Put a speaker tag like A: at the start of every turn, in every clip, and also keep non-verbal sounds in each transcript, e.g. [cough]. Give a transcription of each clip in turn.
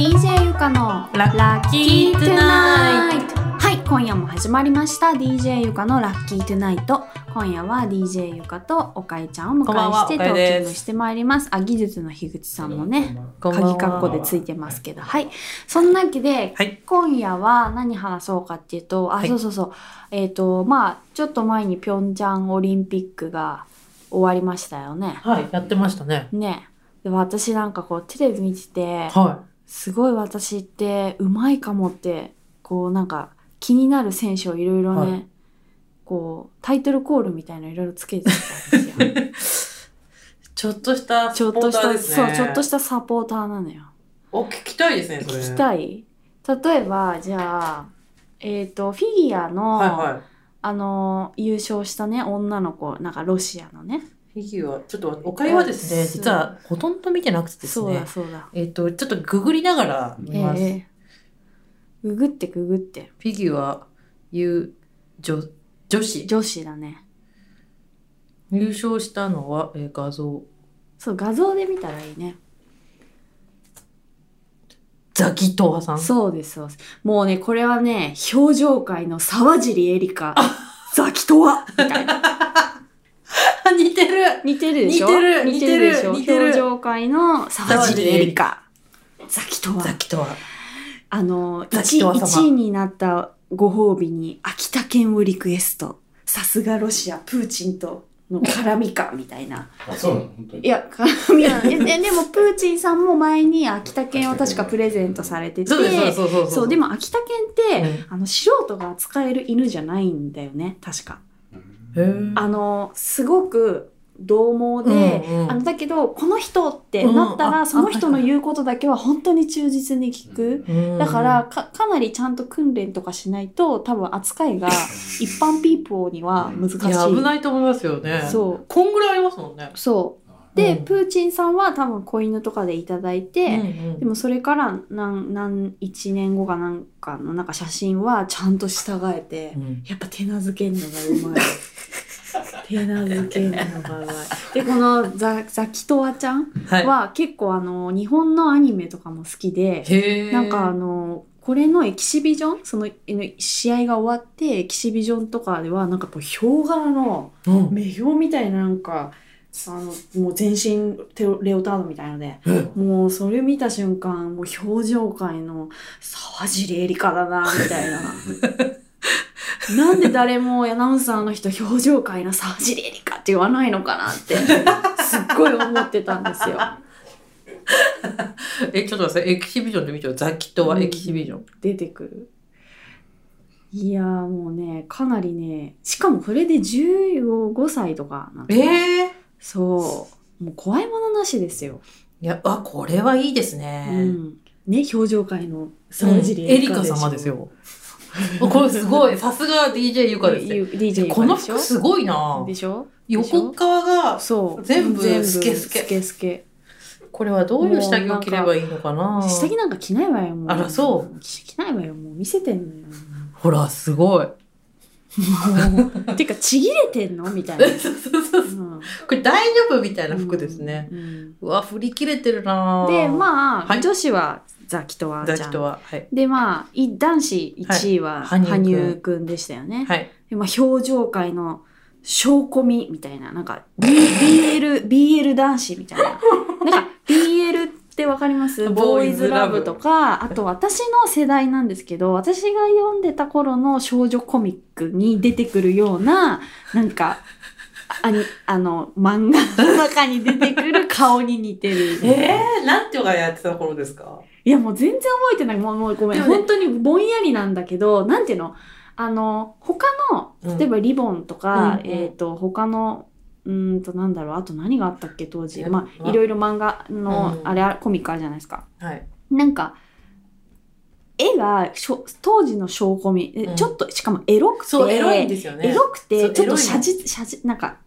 A: かの
B: ラッキートゥナイ
A: イトはい今夜も始まりました DJ ゆかのラッキートゥナイト今夜は DJ ゆかとおかえちゃんをお
B: こんば
A: 迎
B: ん
A: えし
B: は
A: て
B: お
A: ト
B: かえ
A: ーキ
B: で
A: ン
B: す
A: グしてまいりますあ技術の樋口さんもね
B: こんばんは
A: 鍵括弧でついてますけどはいそんなわけで、
B: はい
A: 今夜は何話そうかっていうとあ、
B: はい
A: そうそうそうえっ、とまあちょっと前にピョンチャンオリンピックが終わりましたよね
B: はい、やってましたね。
A: ねで私なんかこうテレビ見てて
B: は
A: すごい私ってうまいかもってこうなんか気になる選手をいろいろね、
B: は
A: こうタイトルコールみたいのいろいろつけてたんです
B: [laughs]
A: よ
B: い。ちょっとした
A: ちょっ
B: サポ
A: と
B: ータ
A: し
B: ー
A: た、
B: ですね。
A: そうちょっとしたサポーターなのよ
B: お聞きたいですね、それ。
A: 聞き
B: い。
A: たい例えばじゃあえっ、とフィギュアの、
B: はいは
A: あの優勝したね女の子なんかロシアのね
B: い。フィギュア、ちょっとお会話ですね、
A: そう
B: 実はほとんど見てなくてです
A: そうだ
B: ね。
A: そうだ
B: えっと、ちょっとググりながら見ます。
A: ええググってググって
B: フィギュア、ゆ女女子。
A: 女子だね
B: 優勝したのは、えー画像。
A: そう画像で見たらいいね
B: ザギトワさん。
A: そうです、そうです。もうね、これはね、表情界の沢尻エリカ、ザキとはみたいな。
B: 似てる
A: 似てるでしょ
B: 似てる
A: 似てるでしょ
B: 似てる
A: 表情界の沢尻エリカ、ザキと
B: ザ
A: は。
B: ギトワ。
A: あの、
B: ザキ
A: 1
B: とは様
A: 位になったご褒美に秋田県をリクエスト。さすがロシア、プーチンとの絡みか、みたいな。
C: あ、そうなの本当に。
A: いや、絡みは、えででもプーチンさんも前に秋田県を確かプレゼントされてて、
B: そうです、そうそうそう。
A: そう、で
B: も、
A: も秋田県って、あの、素人が扱える犬じゃないんだよね、確か。
B: へー
A: あの、すごく、獰猛で、
B: うんうん
A: あの、だけど、この人ってなった
B: うん
A: ら、
B: あ
A: その人の言うことだけは本当に忠実に聞く。だから、か、かなりちゃんと訓練とかしないと、多分扱いが、一般ピーポーには難し
B: いや、危
A: い。
B: ないと思いますよね。
A: そう。
B: こんぐらいありますもんね。
A: そう。で、
B: うん
A: プーチンさんは多分子犬とかでいただいて、
B: うんうん
A: でもそれから何、何、1年後かなんかのなんか写真はちゃんと従えて、
B: うん
A: やっぱ手なずけんのがうまい。手なずけんのがうまい。で、このザザキトワちゃん
B: はい。
A: は結構あの、日本のアニメとかも好きで、
B: へえ。
A: なんかあの、これのエキシビジョンその、えの試合が終わって、エキシビジョンとかでは、なんかこう、ヒョウ柄の、
B: うん、
A: 目標みたいななんか、あの、もう全身テロレオタードみたいので、もうそれ見た瞬間、もう表情界の沢尻エリカだな、みたいな。 [laughs] なんで誰もアナウンサーの人表情界の沢尻エリカって言わないのかなって、すっごい思ってたんですよ。
B: え、ちょっと待って、エキシビジョンで見てよ。ザキとはエキシビジョン。
A: 出てくる。いやーもうね、かなりね、しかもこれで15歳とかなんですよ
B: ええ
A: そう。もう怖いものなしですよ。
B: いや、あ、これはいいですね。
A: う
B: うん
A: ん。ね、表情界の沢尻
B: エリカ様です。よ。 [laughs] これすごい。さすが DJ ゆかですね。
A: ゆ DJ
B: この
A: でしょ
B: 服すごいな
A: でしょ
B: 横側が、
A: そう。
B: 全部スケスケ
A: スケスケ。
B: これはどういう下着を着ればいいのかな
A: 下着なんか着ないわよ、もう。。
B: あらそう
A: 着ないわよ、もう見せてんのよ。
B: ほら、
A: [laughs]
B: すごい。 [laughs]
A: てか、ちぎれてんのみたいな。
B: これ大丈夫み [laughs] たいな
A: うん
B: 服ですね。。
A: うん
B: うわ、振り切れてるな
A: で、ま
B: は
A: あ、
B: い
A: 女子はザキとワちゃ
B: ザ
A: ん。
B: キとは。はい。
A: で、まあ、い男子1位は
B: はい羽生
A: 羽
B: 君
A: 生くんでしたよね。
B: はい。
A: でまあ、表情界の証拠みみたいな、なんか、B- BL、BL 男子み
B: [laughs]
A: たいな。なんか、BL ってわかりますボ
B: ボ
A: ー
B: ー
A: イ
B: イ
A: ズ
B: ズ
A: ラ
B: ラ
A: ブ
B: ブ
A: とか、あと私の世代なんですけど、私が読んでた頃の少女コミックに出てくるような、なんか、あにあの、漫画の中に出てくる顔に似てる。
B: [laughs] えー、なんていうかやってた頃ですか
A: いや、もう全然覚えてない。もう、もうごめん、
B: でもね
A: 本当にぼんやりなんだけど、なんていうのあの、他の、
B: うん
A: 例えばリボンとか、
B: うんうん
A: えっ、と、他の、うーんと、なんだろう、あと何があったっけ、当時。
B: え
A: まあ、
B: わ
A: いろいろ漫画の、
B: うん
A: あれ、コミックあるじゃないですか。
B: はい。
A: なんか、絵がしょ、当時の証拠み、え
B: うん
A: ちょっと、しかもエロくて、
B: そう、エロいんですよね。
A: エロく
B: そ
A: て、
B: う
A: ちょっと
B: エロいの
A: 写実、写実、なんか、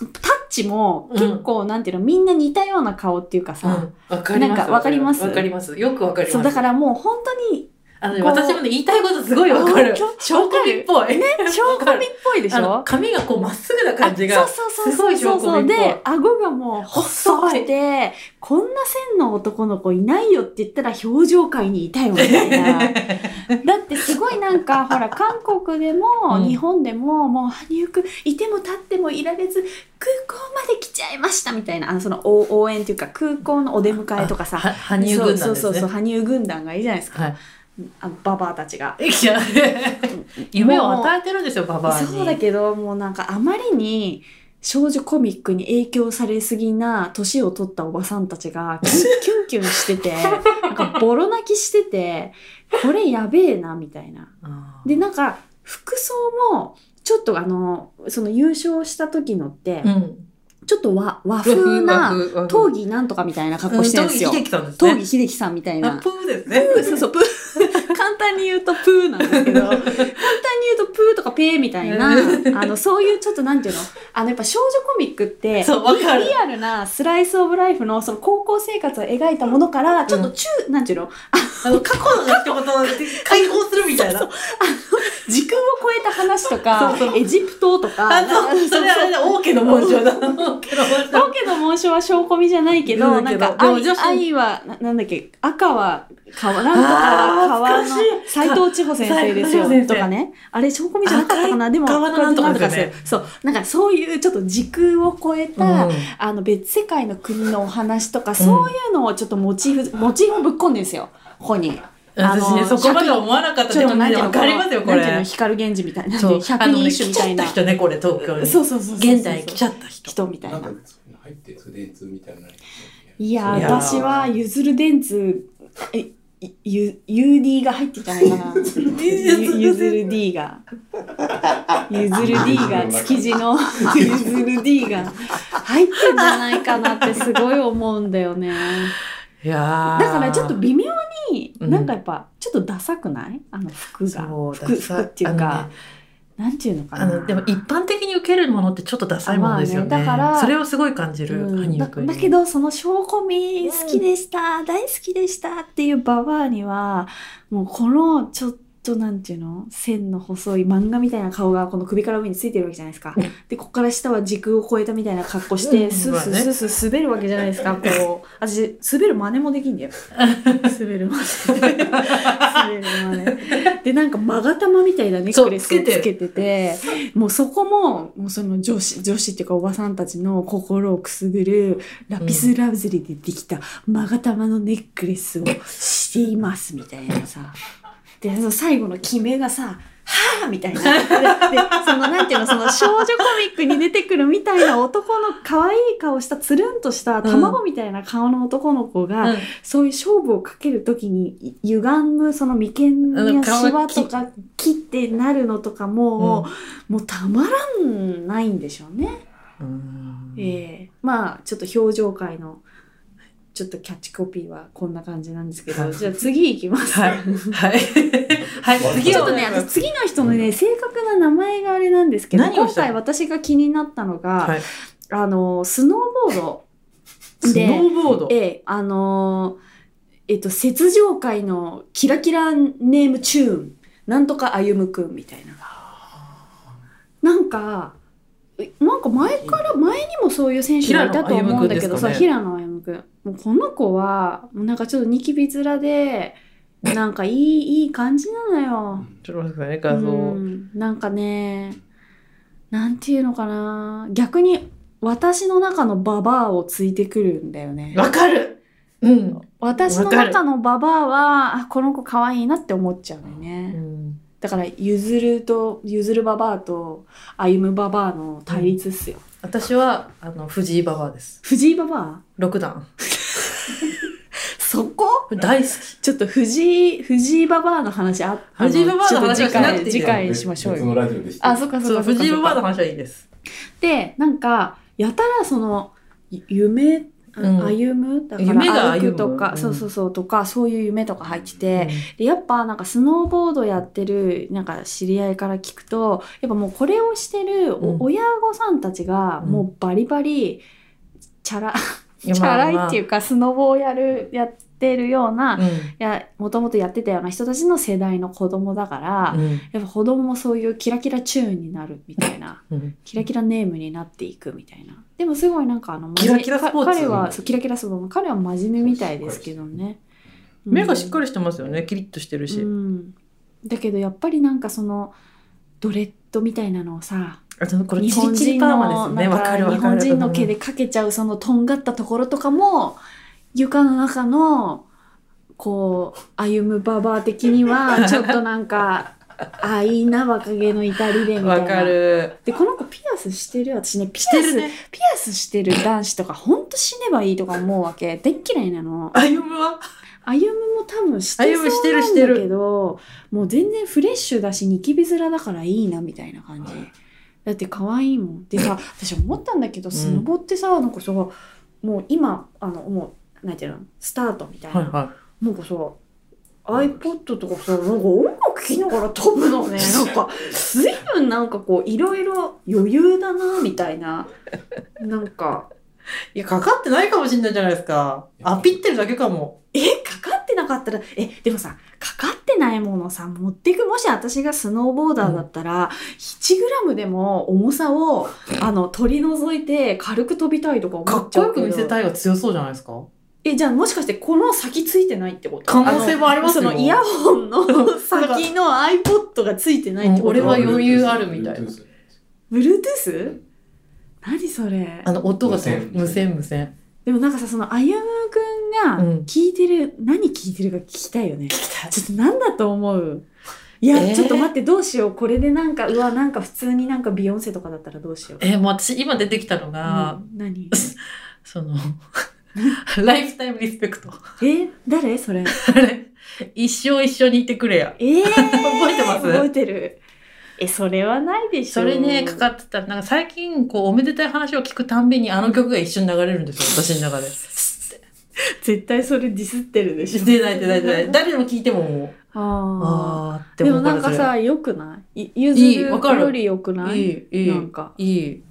A: タッチも結構、なんていうの、みんな似たような顔っていうかさ、
B: うんわかります。
A: なんかわかります
B: わかります。よくわかります。
A: そうだからもう本当に
B: あのね
A: こう
B: 私もね、言いたいことすごいわかる
A: あ本。当
B: 証拠日っぽい。ね、
A: 超コミっぽいでし
B: あの
A: ょ
B: 髪がこうまっすぐな感じが。
A: あそうそう
B: す
A: そ
B: ご
A: う
B: い
A: そ
B: 証
A: うそう
B: 拠日っぽい
A: で顎がもう細く
B: [laughs]
A: てこんな線の男の子いないよって言ったら表情界にいたよみたいな
B: [laughs]
A: だってすごいなんかほら韓国でも
B: うん
A: 日本でももう羽生くんいても立ってもいられず空港まで来ちゃいましたみたいなあのその応応援っていうか空港のお出迎えとかさ
B: は羽生軍団
A: そう
B: です
A: そう
B: ね。
A: そう羽生軍団がいいじゃないですか
B: はい。
A: あのババアたちが。
B: いや夢を与えてるんですよ、ババアに。
A: そうだけどもうなんかあまりに少女コミックに影響されすぎな年を取ったおばさんたちがキュンキ [laughs] ュンキュンしててなんかボロ泣きしててこれやべえなみたいな。
B: あー
A: でなんか服装もちょっとあのその優勝した時のって、
B: うん。
A: ちょっと和和風な
B: な
A: 闘技なんとかみたいな格好してるんですよ。
B: うん、東
A: 闘
B: 儀秀樹さんですね。
A: 技秀樹さんみたい
B: あ
A: な
B: プ。ーですね。
A: そうそう、プー。 [laughs] 簡単に言うとプーなんですけど、簡単に言うとプーとかペーみたいな、あの、そういうちょっとなんていうの、あの、やっぱ少女コミックって、
B: [laughs] そうわかる
A: リアルなスライスオブライフのその高校生活を描いたものから、ちょっと中、なんていうの、
B: あの過去の一言で解放するみたいな。
A: 時空を超えた話とか、
B: そうそう
A: エジプトとか、
B: あの、それあれだ、王家の紋章だ。王家の紋章。
A: だけど紋章は証拠みじゃないけど、
B: うん
A: な
B: け
A: ん
B: ど
A: か
B: でも
A: 愛
B: 女子
A: 愛はな、なんだっけ、赤は川、なんとかは
B: あー
A: 川の
B: 懐かしい
A: 斎藤千穂先生です
B: 斉藤千
A: よ
B: 穂先
A: と
B: 生
A: かね。あれ証拠みじゃなかったかな、でも、
B: 川のなんとかですよね
A: そう、なんかそういうちょっと時空を超えた、あの別世界の国のお話とか、そういうのをちょっとモチーフ、モチーフをぶっこんでんですよ、ここに。あの
B: 私ね、そこまで思わなかった。でも
A: なん
B: ね、
A: ていう
B: わ
A: の
B: かりますよ、こ
A: なんていうの
B: れ。
A: 光源氏みたいな。
B: そう、
A: 百人一首みたいな。
B: あのね来ちゃった人ね、これ、東京に。
A: そうそうそうそう。
B: 現代来ちゃった人。
A: 人みたい
C: な
A: なん
C: か。入ってトゥデイツみたいなのに
A: いやー
B: いやー
A: 私はゆずる電通えいゆ UD が入ってたのかなゆゆずる D がゆずる D が
B: [laughs]
A: 築地の [laughs] ゆずる D が入ってんじゃないかなってすごい思うんだよね
B: いや
A: だ
B: ー
A: からちょっと微妙に
B: うん
A: なんかやっぱちょっとダサくないあの服が
B: そう
A: 服
B: ダサ
A: 服っていう
B: あの
A: か
B: ね
A: なんていうのかな
B: あのでも一般的に受けるものってちょっとダサいものですよね,、
A: まあねだから
B: それをすごい感じ
A: う
B: る、
A: ん、だ
B: 羽生君
A: だけどその証拠み好きでした、大好きでしたっていうババアにはもうこのちょっとなんていうの線の細い漫画みたいな顔がこの首から上についてるわけじゃないですか
B: うん
A: でここから下は時空を超えたみたいな格好し
B: う
A: て
B: ん
A: スース
B: まあね
A: ースースー滑るわけじゃないですかこう私滑る真似もできんだよ滑る真似滑る真似でなんか勾玉みたいなネックレス
B: そう
A: を
B: つけてる
A: つけててもうそこも、もうその女子、女子っていうかおばさんたちの心をくすぐる、ラピスラズリでできた、まがたまのネックレスをしています、みたいなさ。で、その最後の決めがさ、はぁみたいな。で、でその、なんていうの、その少女コミックに出てくるみたいな男の可愛い顔した、つるんとした卵みたいな顔の男の子が、
B: うん
A: そういう勝負をかけるときにい歪むその眉間やシワとか切ってなるのとかも、もうたまらんないんでしょうね。
B: うん
A: ええまあちょっと表情界のちょっとキャッチコピーはこんな感じなんです
B: [laughs]
A: けど、じゃあ次いきます。 [laughs]
B: はいはいはい次
A: ちょ
B: は
A: っとね、私次の人のね、正確な名前があれなんですけど、
B: 何を
A: 今
B: したの
A: 回私が気になったのが、
B: はい
A: あの、スノーボード。
B: スノーボード
A: ええ、あのーえっと、雪上界のキラキラネームチューン、なんとか歩夢くんみたいな。なんか、えなんか前から、前にもそういう選手がいたと思うんだけどさ、
B: 平
A: 平野歩夢くん。もうこの子は、もうなんかちょっとニキビ面 [laughs] で、なんかいい、いい感じなのよ。
B: ちょっと待ってくださいね
A: う
B: 画像、
A: ん、なんかね、なんていうのかな。逆に、私の中のババアをついてくるんだよね。
B: わかるうん、
A: 私の中のババアは、あ、この子可愛いなって思っちゃうのよね。だから、ゆずると、ゆずるババアと、歩むババアの対立っすよ。
B: 私はあの藤井馬場です
A: 藤井ババ
B: 六段
A: アそこ
B: これ [laughs] 大好き
A: ちょっと藤井、藤井ババアの話ああの
B: 藤井ババアの話はしなくてい
A: ちょっと
B: いよ
A: 次回、次回しましょう
C: 別
A: よ。
C: のラジオでして
A: あ、そっかそっ
B: そう
A: かそっかそっか。
B: 藤井馬場の話はいいです
A: で、なんか、やたらその、ゆ夢、あ
B: うん
A: 歩むだから
B: 夢が歩む
A: 歩くとか、
B: うん
A: そうそうそうとか、そういう夢とか入ってて、でやっぱなんかスノーボードやってるなんか知り合いから聞くとやっぱもうこれをしてるお
B: うん
A: 親御さんたちが
B: うん
A: もうバリバリチャラ、
B: うん
A: チャラいっていううかスノボをやるやっってるような、い
B: うん
A: やもともとやってたような人たちの世代の子供だから、
B: うん
A: やっぱ子供もそういうキラキラチューンになるみたい
B: [laughs]
A: な
B: うん
A: キラキラネームになっていくみたいなでもすごいなんかあの
B: キラキラスポー
A: か
B: ツ
A: 彼はそうキラキラスポーツ彼は真面目みたいですけどね
B: 目がしっか
A: り
B: りしてますよねキリッとしてるし、
A: うん、だけどやっぱりなんかそのドレッドみたいなのをさ
B: あとこれ
A: 日
B: チリ
A: 本
B: チリ
A: 人
B: パー
A: の
B: マですね
A: な
B: わ
A: ん
B: かる
A: か
B: わ
A: 日
B: か
A: 本
B: る
A: 人の毛でかけちゃうそのとんがったところとかも床の中のこう歩むババア的に
B: [laughs]
A: はちょっとなんかあいいな若気の至りでみたい
B: わか
A: な。
B: る
A: でこの子ピアスしてる私ねピ
B: して
A: ア
B: る
A: ス、
B: ね
A: ピアスしてる男子とかほんと死ねばいいとか思うわけ大っ嫌いなの
B: 歩むは
A: 歩むも多分して
B: 歩夢し
A: そ
B: て
A: う
B: る
A: な
B: し
A: ん
B: て
A: だ
B: る
A: けどもう全然フレッシュだしニキビ面だからいいなみたいな感じ、
C: はい
A: だって可愛いもんで
B: [laughs]
A: さ私思ったんだけどスノボってさ、なんかさもう今あのもうなんていうのスタートみたいな、
B: はいは
A: なんかさ iPod とかさなんか音楽聴きながら飛ぶ
B: [laughs]
A: のねなんか随分なんかこういろいろ余裕だなみたいななんか
B: いいやかかってないかもしれないじゃないですかあピってるだけかも
A: えかかってなかったらえでもさかかってないものさ持ってくもし私がスノーボーダーだったら、1g でも重さ
B: [laughs]
A: をあの取り除いて軽く飛びたいとか思
B: かっ
A: っち
B: こ
A: ゃ
B: よ
A: うけ
B: く
A: ど
B: 見せたいが強そうじゃないですか
A: えじゃあもしかしてこの先ついてないってこと
B: 可能性もありますよ
A: あのそのイヤホン
B: [laughs]
A: の先の iPod がついてないってこと
B: 俺は余裕あるみたいな
C: Bluetooth
A: Bluetooth? 何それ
B: あの音がそう無
C: 無
B: 線
C: 線
B: 無線
A: でもなんかさその歩夢く
B: うん
A: んが聞いてる、何聞いてるか聞きたいよねちょっと何だと思ういや、
B: えー
A: ちょっと待ってどうしようこれでなんかうわなんか普通になんかビヨンセとかだったらどうしよう、
B: えーもう私今出てきたのが、
A: うん何 [laughs]
B: その [laughs] ライフタイムリスペクト [laughs]
A: え誰それ
B: あれ一生一緒にいてくれや
A: えー、
B: 覚えてます
A: 覚えてるえそれはないでしょ
B: それねかかってたなんか最近こうおめでたい話を聞くたんびにあの曲が一緒に流れるんですよ私の
A: [laughs]
B: 中で
A: 絶対それディスってるでしょ
B: 出ない出ない出ない誰でも聞いてももう
A: [laughs] ああ
B: あーって
A: でも
B: 思うから
A: なんかさよくないいゆ
B: いい
A: ず
B: わ
A: る
B: か
A: く
B: る
A: よりよく
B: そ
A: な
B: れ
A: い
B: いいいい
A: なんか
B: いい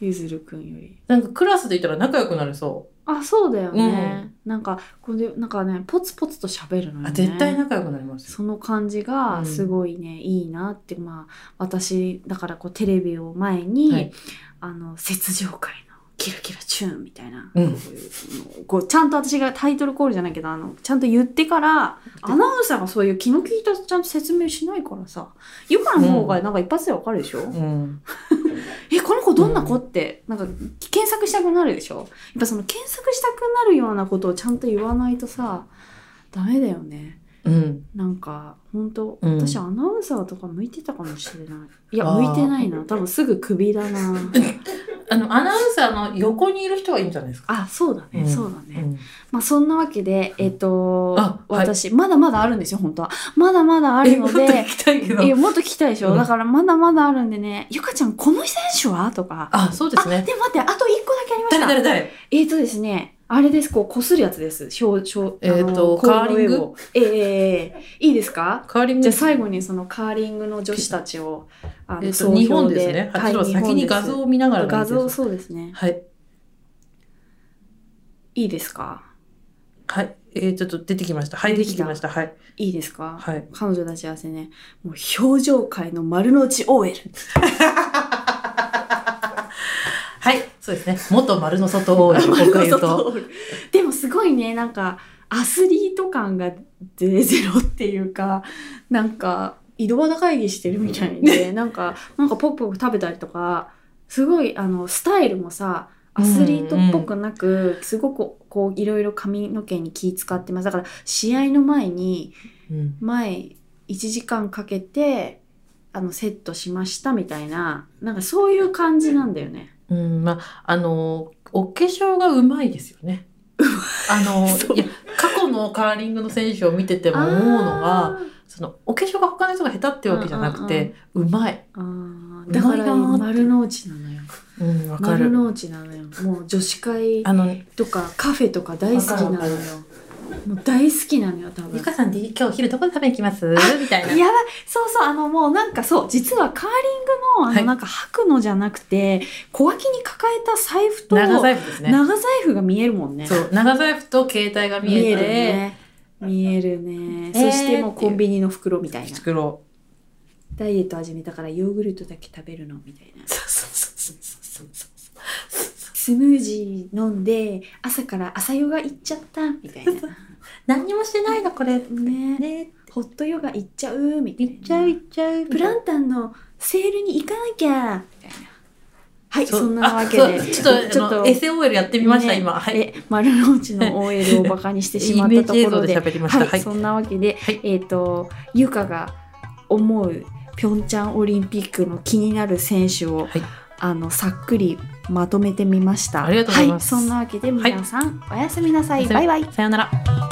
A: ゆずるくんより
B: なんかクラスでいたら仲良くなれそ
A: あそうだよね、なんかこれなんかねポツポツと喋るの
B: う、
A: よね
B: あ絶対仲良くなりますよ
A: その感じ
B: う
A: が
B: ん
A: すごいね、いいなってまあ私だからこうテレビを前に、
B: はい
A: あの雪上会のキラキラチューンみたいな、
B: うん
A: こういうこうちゃんと私がタイトルコールじゃないけどあのちゃんと言ってからアナウンサーがそういう気の利いたちゃんと説明しないからさゆかの方がなんか一発でわかるでしょ、
B: うん
A: えこの子どんな子って、なんか検索したくなるでしょやっぱその検索したくなるようなことをちゃんと言わないとさダメだよね
B: うん
A: なんか本当、
B: うん
A: 私アナウンサーとか向いてたかもしれないいや
B: あー
A: 向いてないな多分すぐクビだ
B: [laughs]
A: な
B: あのアナウンサーの横にいる人がいいんじゃないですか、
A: あそうだね、
B: うん
A: そうだね、
B: うん
A: まあそんなわけでえっ、と
B: あはい
A: 私、まだまだあるんですよ本当はまだまだあ
B: え
A: る
B: も
A: の
B: [laughs] っと
A: で
B: 聞きたいけど
A: いやもっと聞きたいでしょ、
B: うん
A: だからまだまだあるんでねゆかちゃんこの選手はとか
B: あそうです
A: あ
B: ね
A: でも待ってあと1個だけありました
B: 誰誰誰
A: えーとですね、あれです、こう、こするやつです。しょうしょう
B: えーと
A: あの氷の
B: カーリング
A: 上をえーえーえーいいですか
B: カーリング
A: じゃあ最後にそのカーリングの女子たちを、あの
B: えっ
A: 総
B: と、
A: 評
B: 日本ですね。
A: はい、
B: 八郎、
A: 日
B: 先
A: 本で
B: に
A: す
B: 画像を見ながら
A: 画像、
B: です
A: そうですね。
B: はい。
A: いいですか
B: はい。えー、ちょっと出てきました。はい、
A: 出
B: で
A: て
B: き
A: きた
B: ました。はい。
A: いいですか、
B: はい。
A: 彼女たちはですね、もう表情界の丸の内 OL。
B: はい。そうですね。元丸の外王子、僕
A: [laughs]
B: が言うと。
A: でもすごいねなんかアスリート感がゼロゼロっていうかなんか井戸端会議してるみたいでなんかなんかポクポク食べたりとかすごいあのスタイルもさアスリートっぽくなくすごくこういろいろ髪の毛に気使ってますだから試合の前に
B: うん。
A: 前1時間かけてあのセットしましたみたいななんかそういう感じなんだよね。
B: うん、まあ、あのー、お化粧がうまいですよ
A: [laughs]
B: ね。あの
A: そ
B: ー、
A: う
B: いや、過去のカーリングの選手を見てても思うの
A: あ
B: が、
A: ー
B: その、お化粧が他の人が下手ってわけじゃなくて、うまい。
A: あー
B: う
A: だ
B: ま
A: か
B: いなーって
A: ら丸の内なのよ
B: うん、わか
A: 丸
B: る。
A: の内なのよもう女子会
B: あの、
A: とかカフェとか大好きなのよ
B: わかるわ
A: もう大好きなのよ多分
B: ゆかさんで今日お昼どこで食べに行き [laughs] ますみたいな。
A: やばいそうそうあのもうなんかそう実はカーリングのあ
B: はい
A: のなんか履くのじゃなくて小脇に抱えた財布と
B: 長財布ですね。
A: 長財布が見えるもんね
B: そう、長財布と携帯が見え
A: る
B: て、
A: ね見えるね、
B: え
A: そ
B: ー
A: してもうコンビニの袋みたいな
B: 袋。
A: ダイエット始めたからヨーグルトだけ食べるのみたいな
B: そうそうそうそうそう。
A: スムージー飲んで朝から朝ヨガ行っちゃったみたいな
B: [laughs] 何にもしてないのこれ。
A: ね
B: ね、
A: ホットヨガ行っちゃうみたいな
B: 行っちゃう行っちゃう。
A: プランタンのセールに行かなきゃみたいなはいそ
B: うん
A: なわけ
B: あそう
A: で
B: ちょっと、ちょっと、SOL やってみました、
A: ね
B: 今。はい。
A: え丸の内の OL をバカにしてしまっ
B: イメ
A: た
B: ー
A: と
B: ジ映
A: こ
B: 像
A: ろ
B: で
A: で
B: 喋りました。
A: は、
B: はいい。
A: そんなわけで、
B: はい
A: えっ、と、ゆかが思うピョンチャンオリンピックの気になる選手を、
B: はい
A: あの、さっくりまとめてみました。
B: ありがとうございます
A: はそんなわけで皆さん、おやすみなさ
B: お
A: い。
B: やすみ
A: バイバイ。
B: さようなら。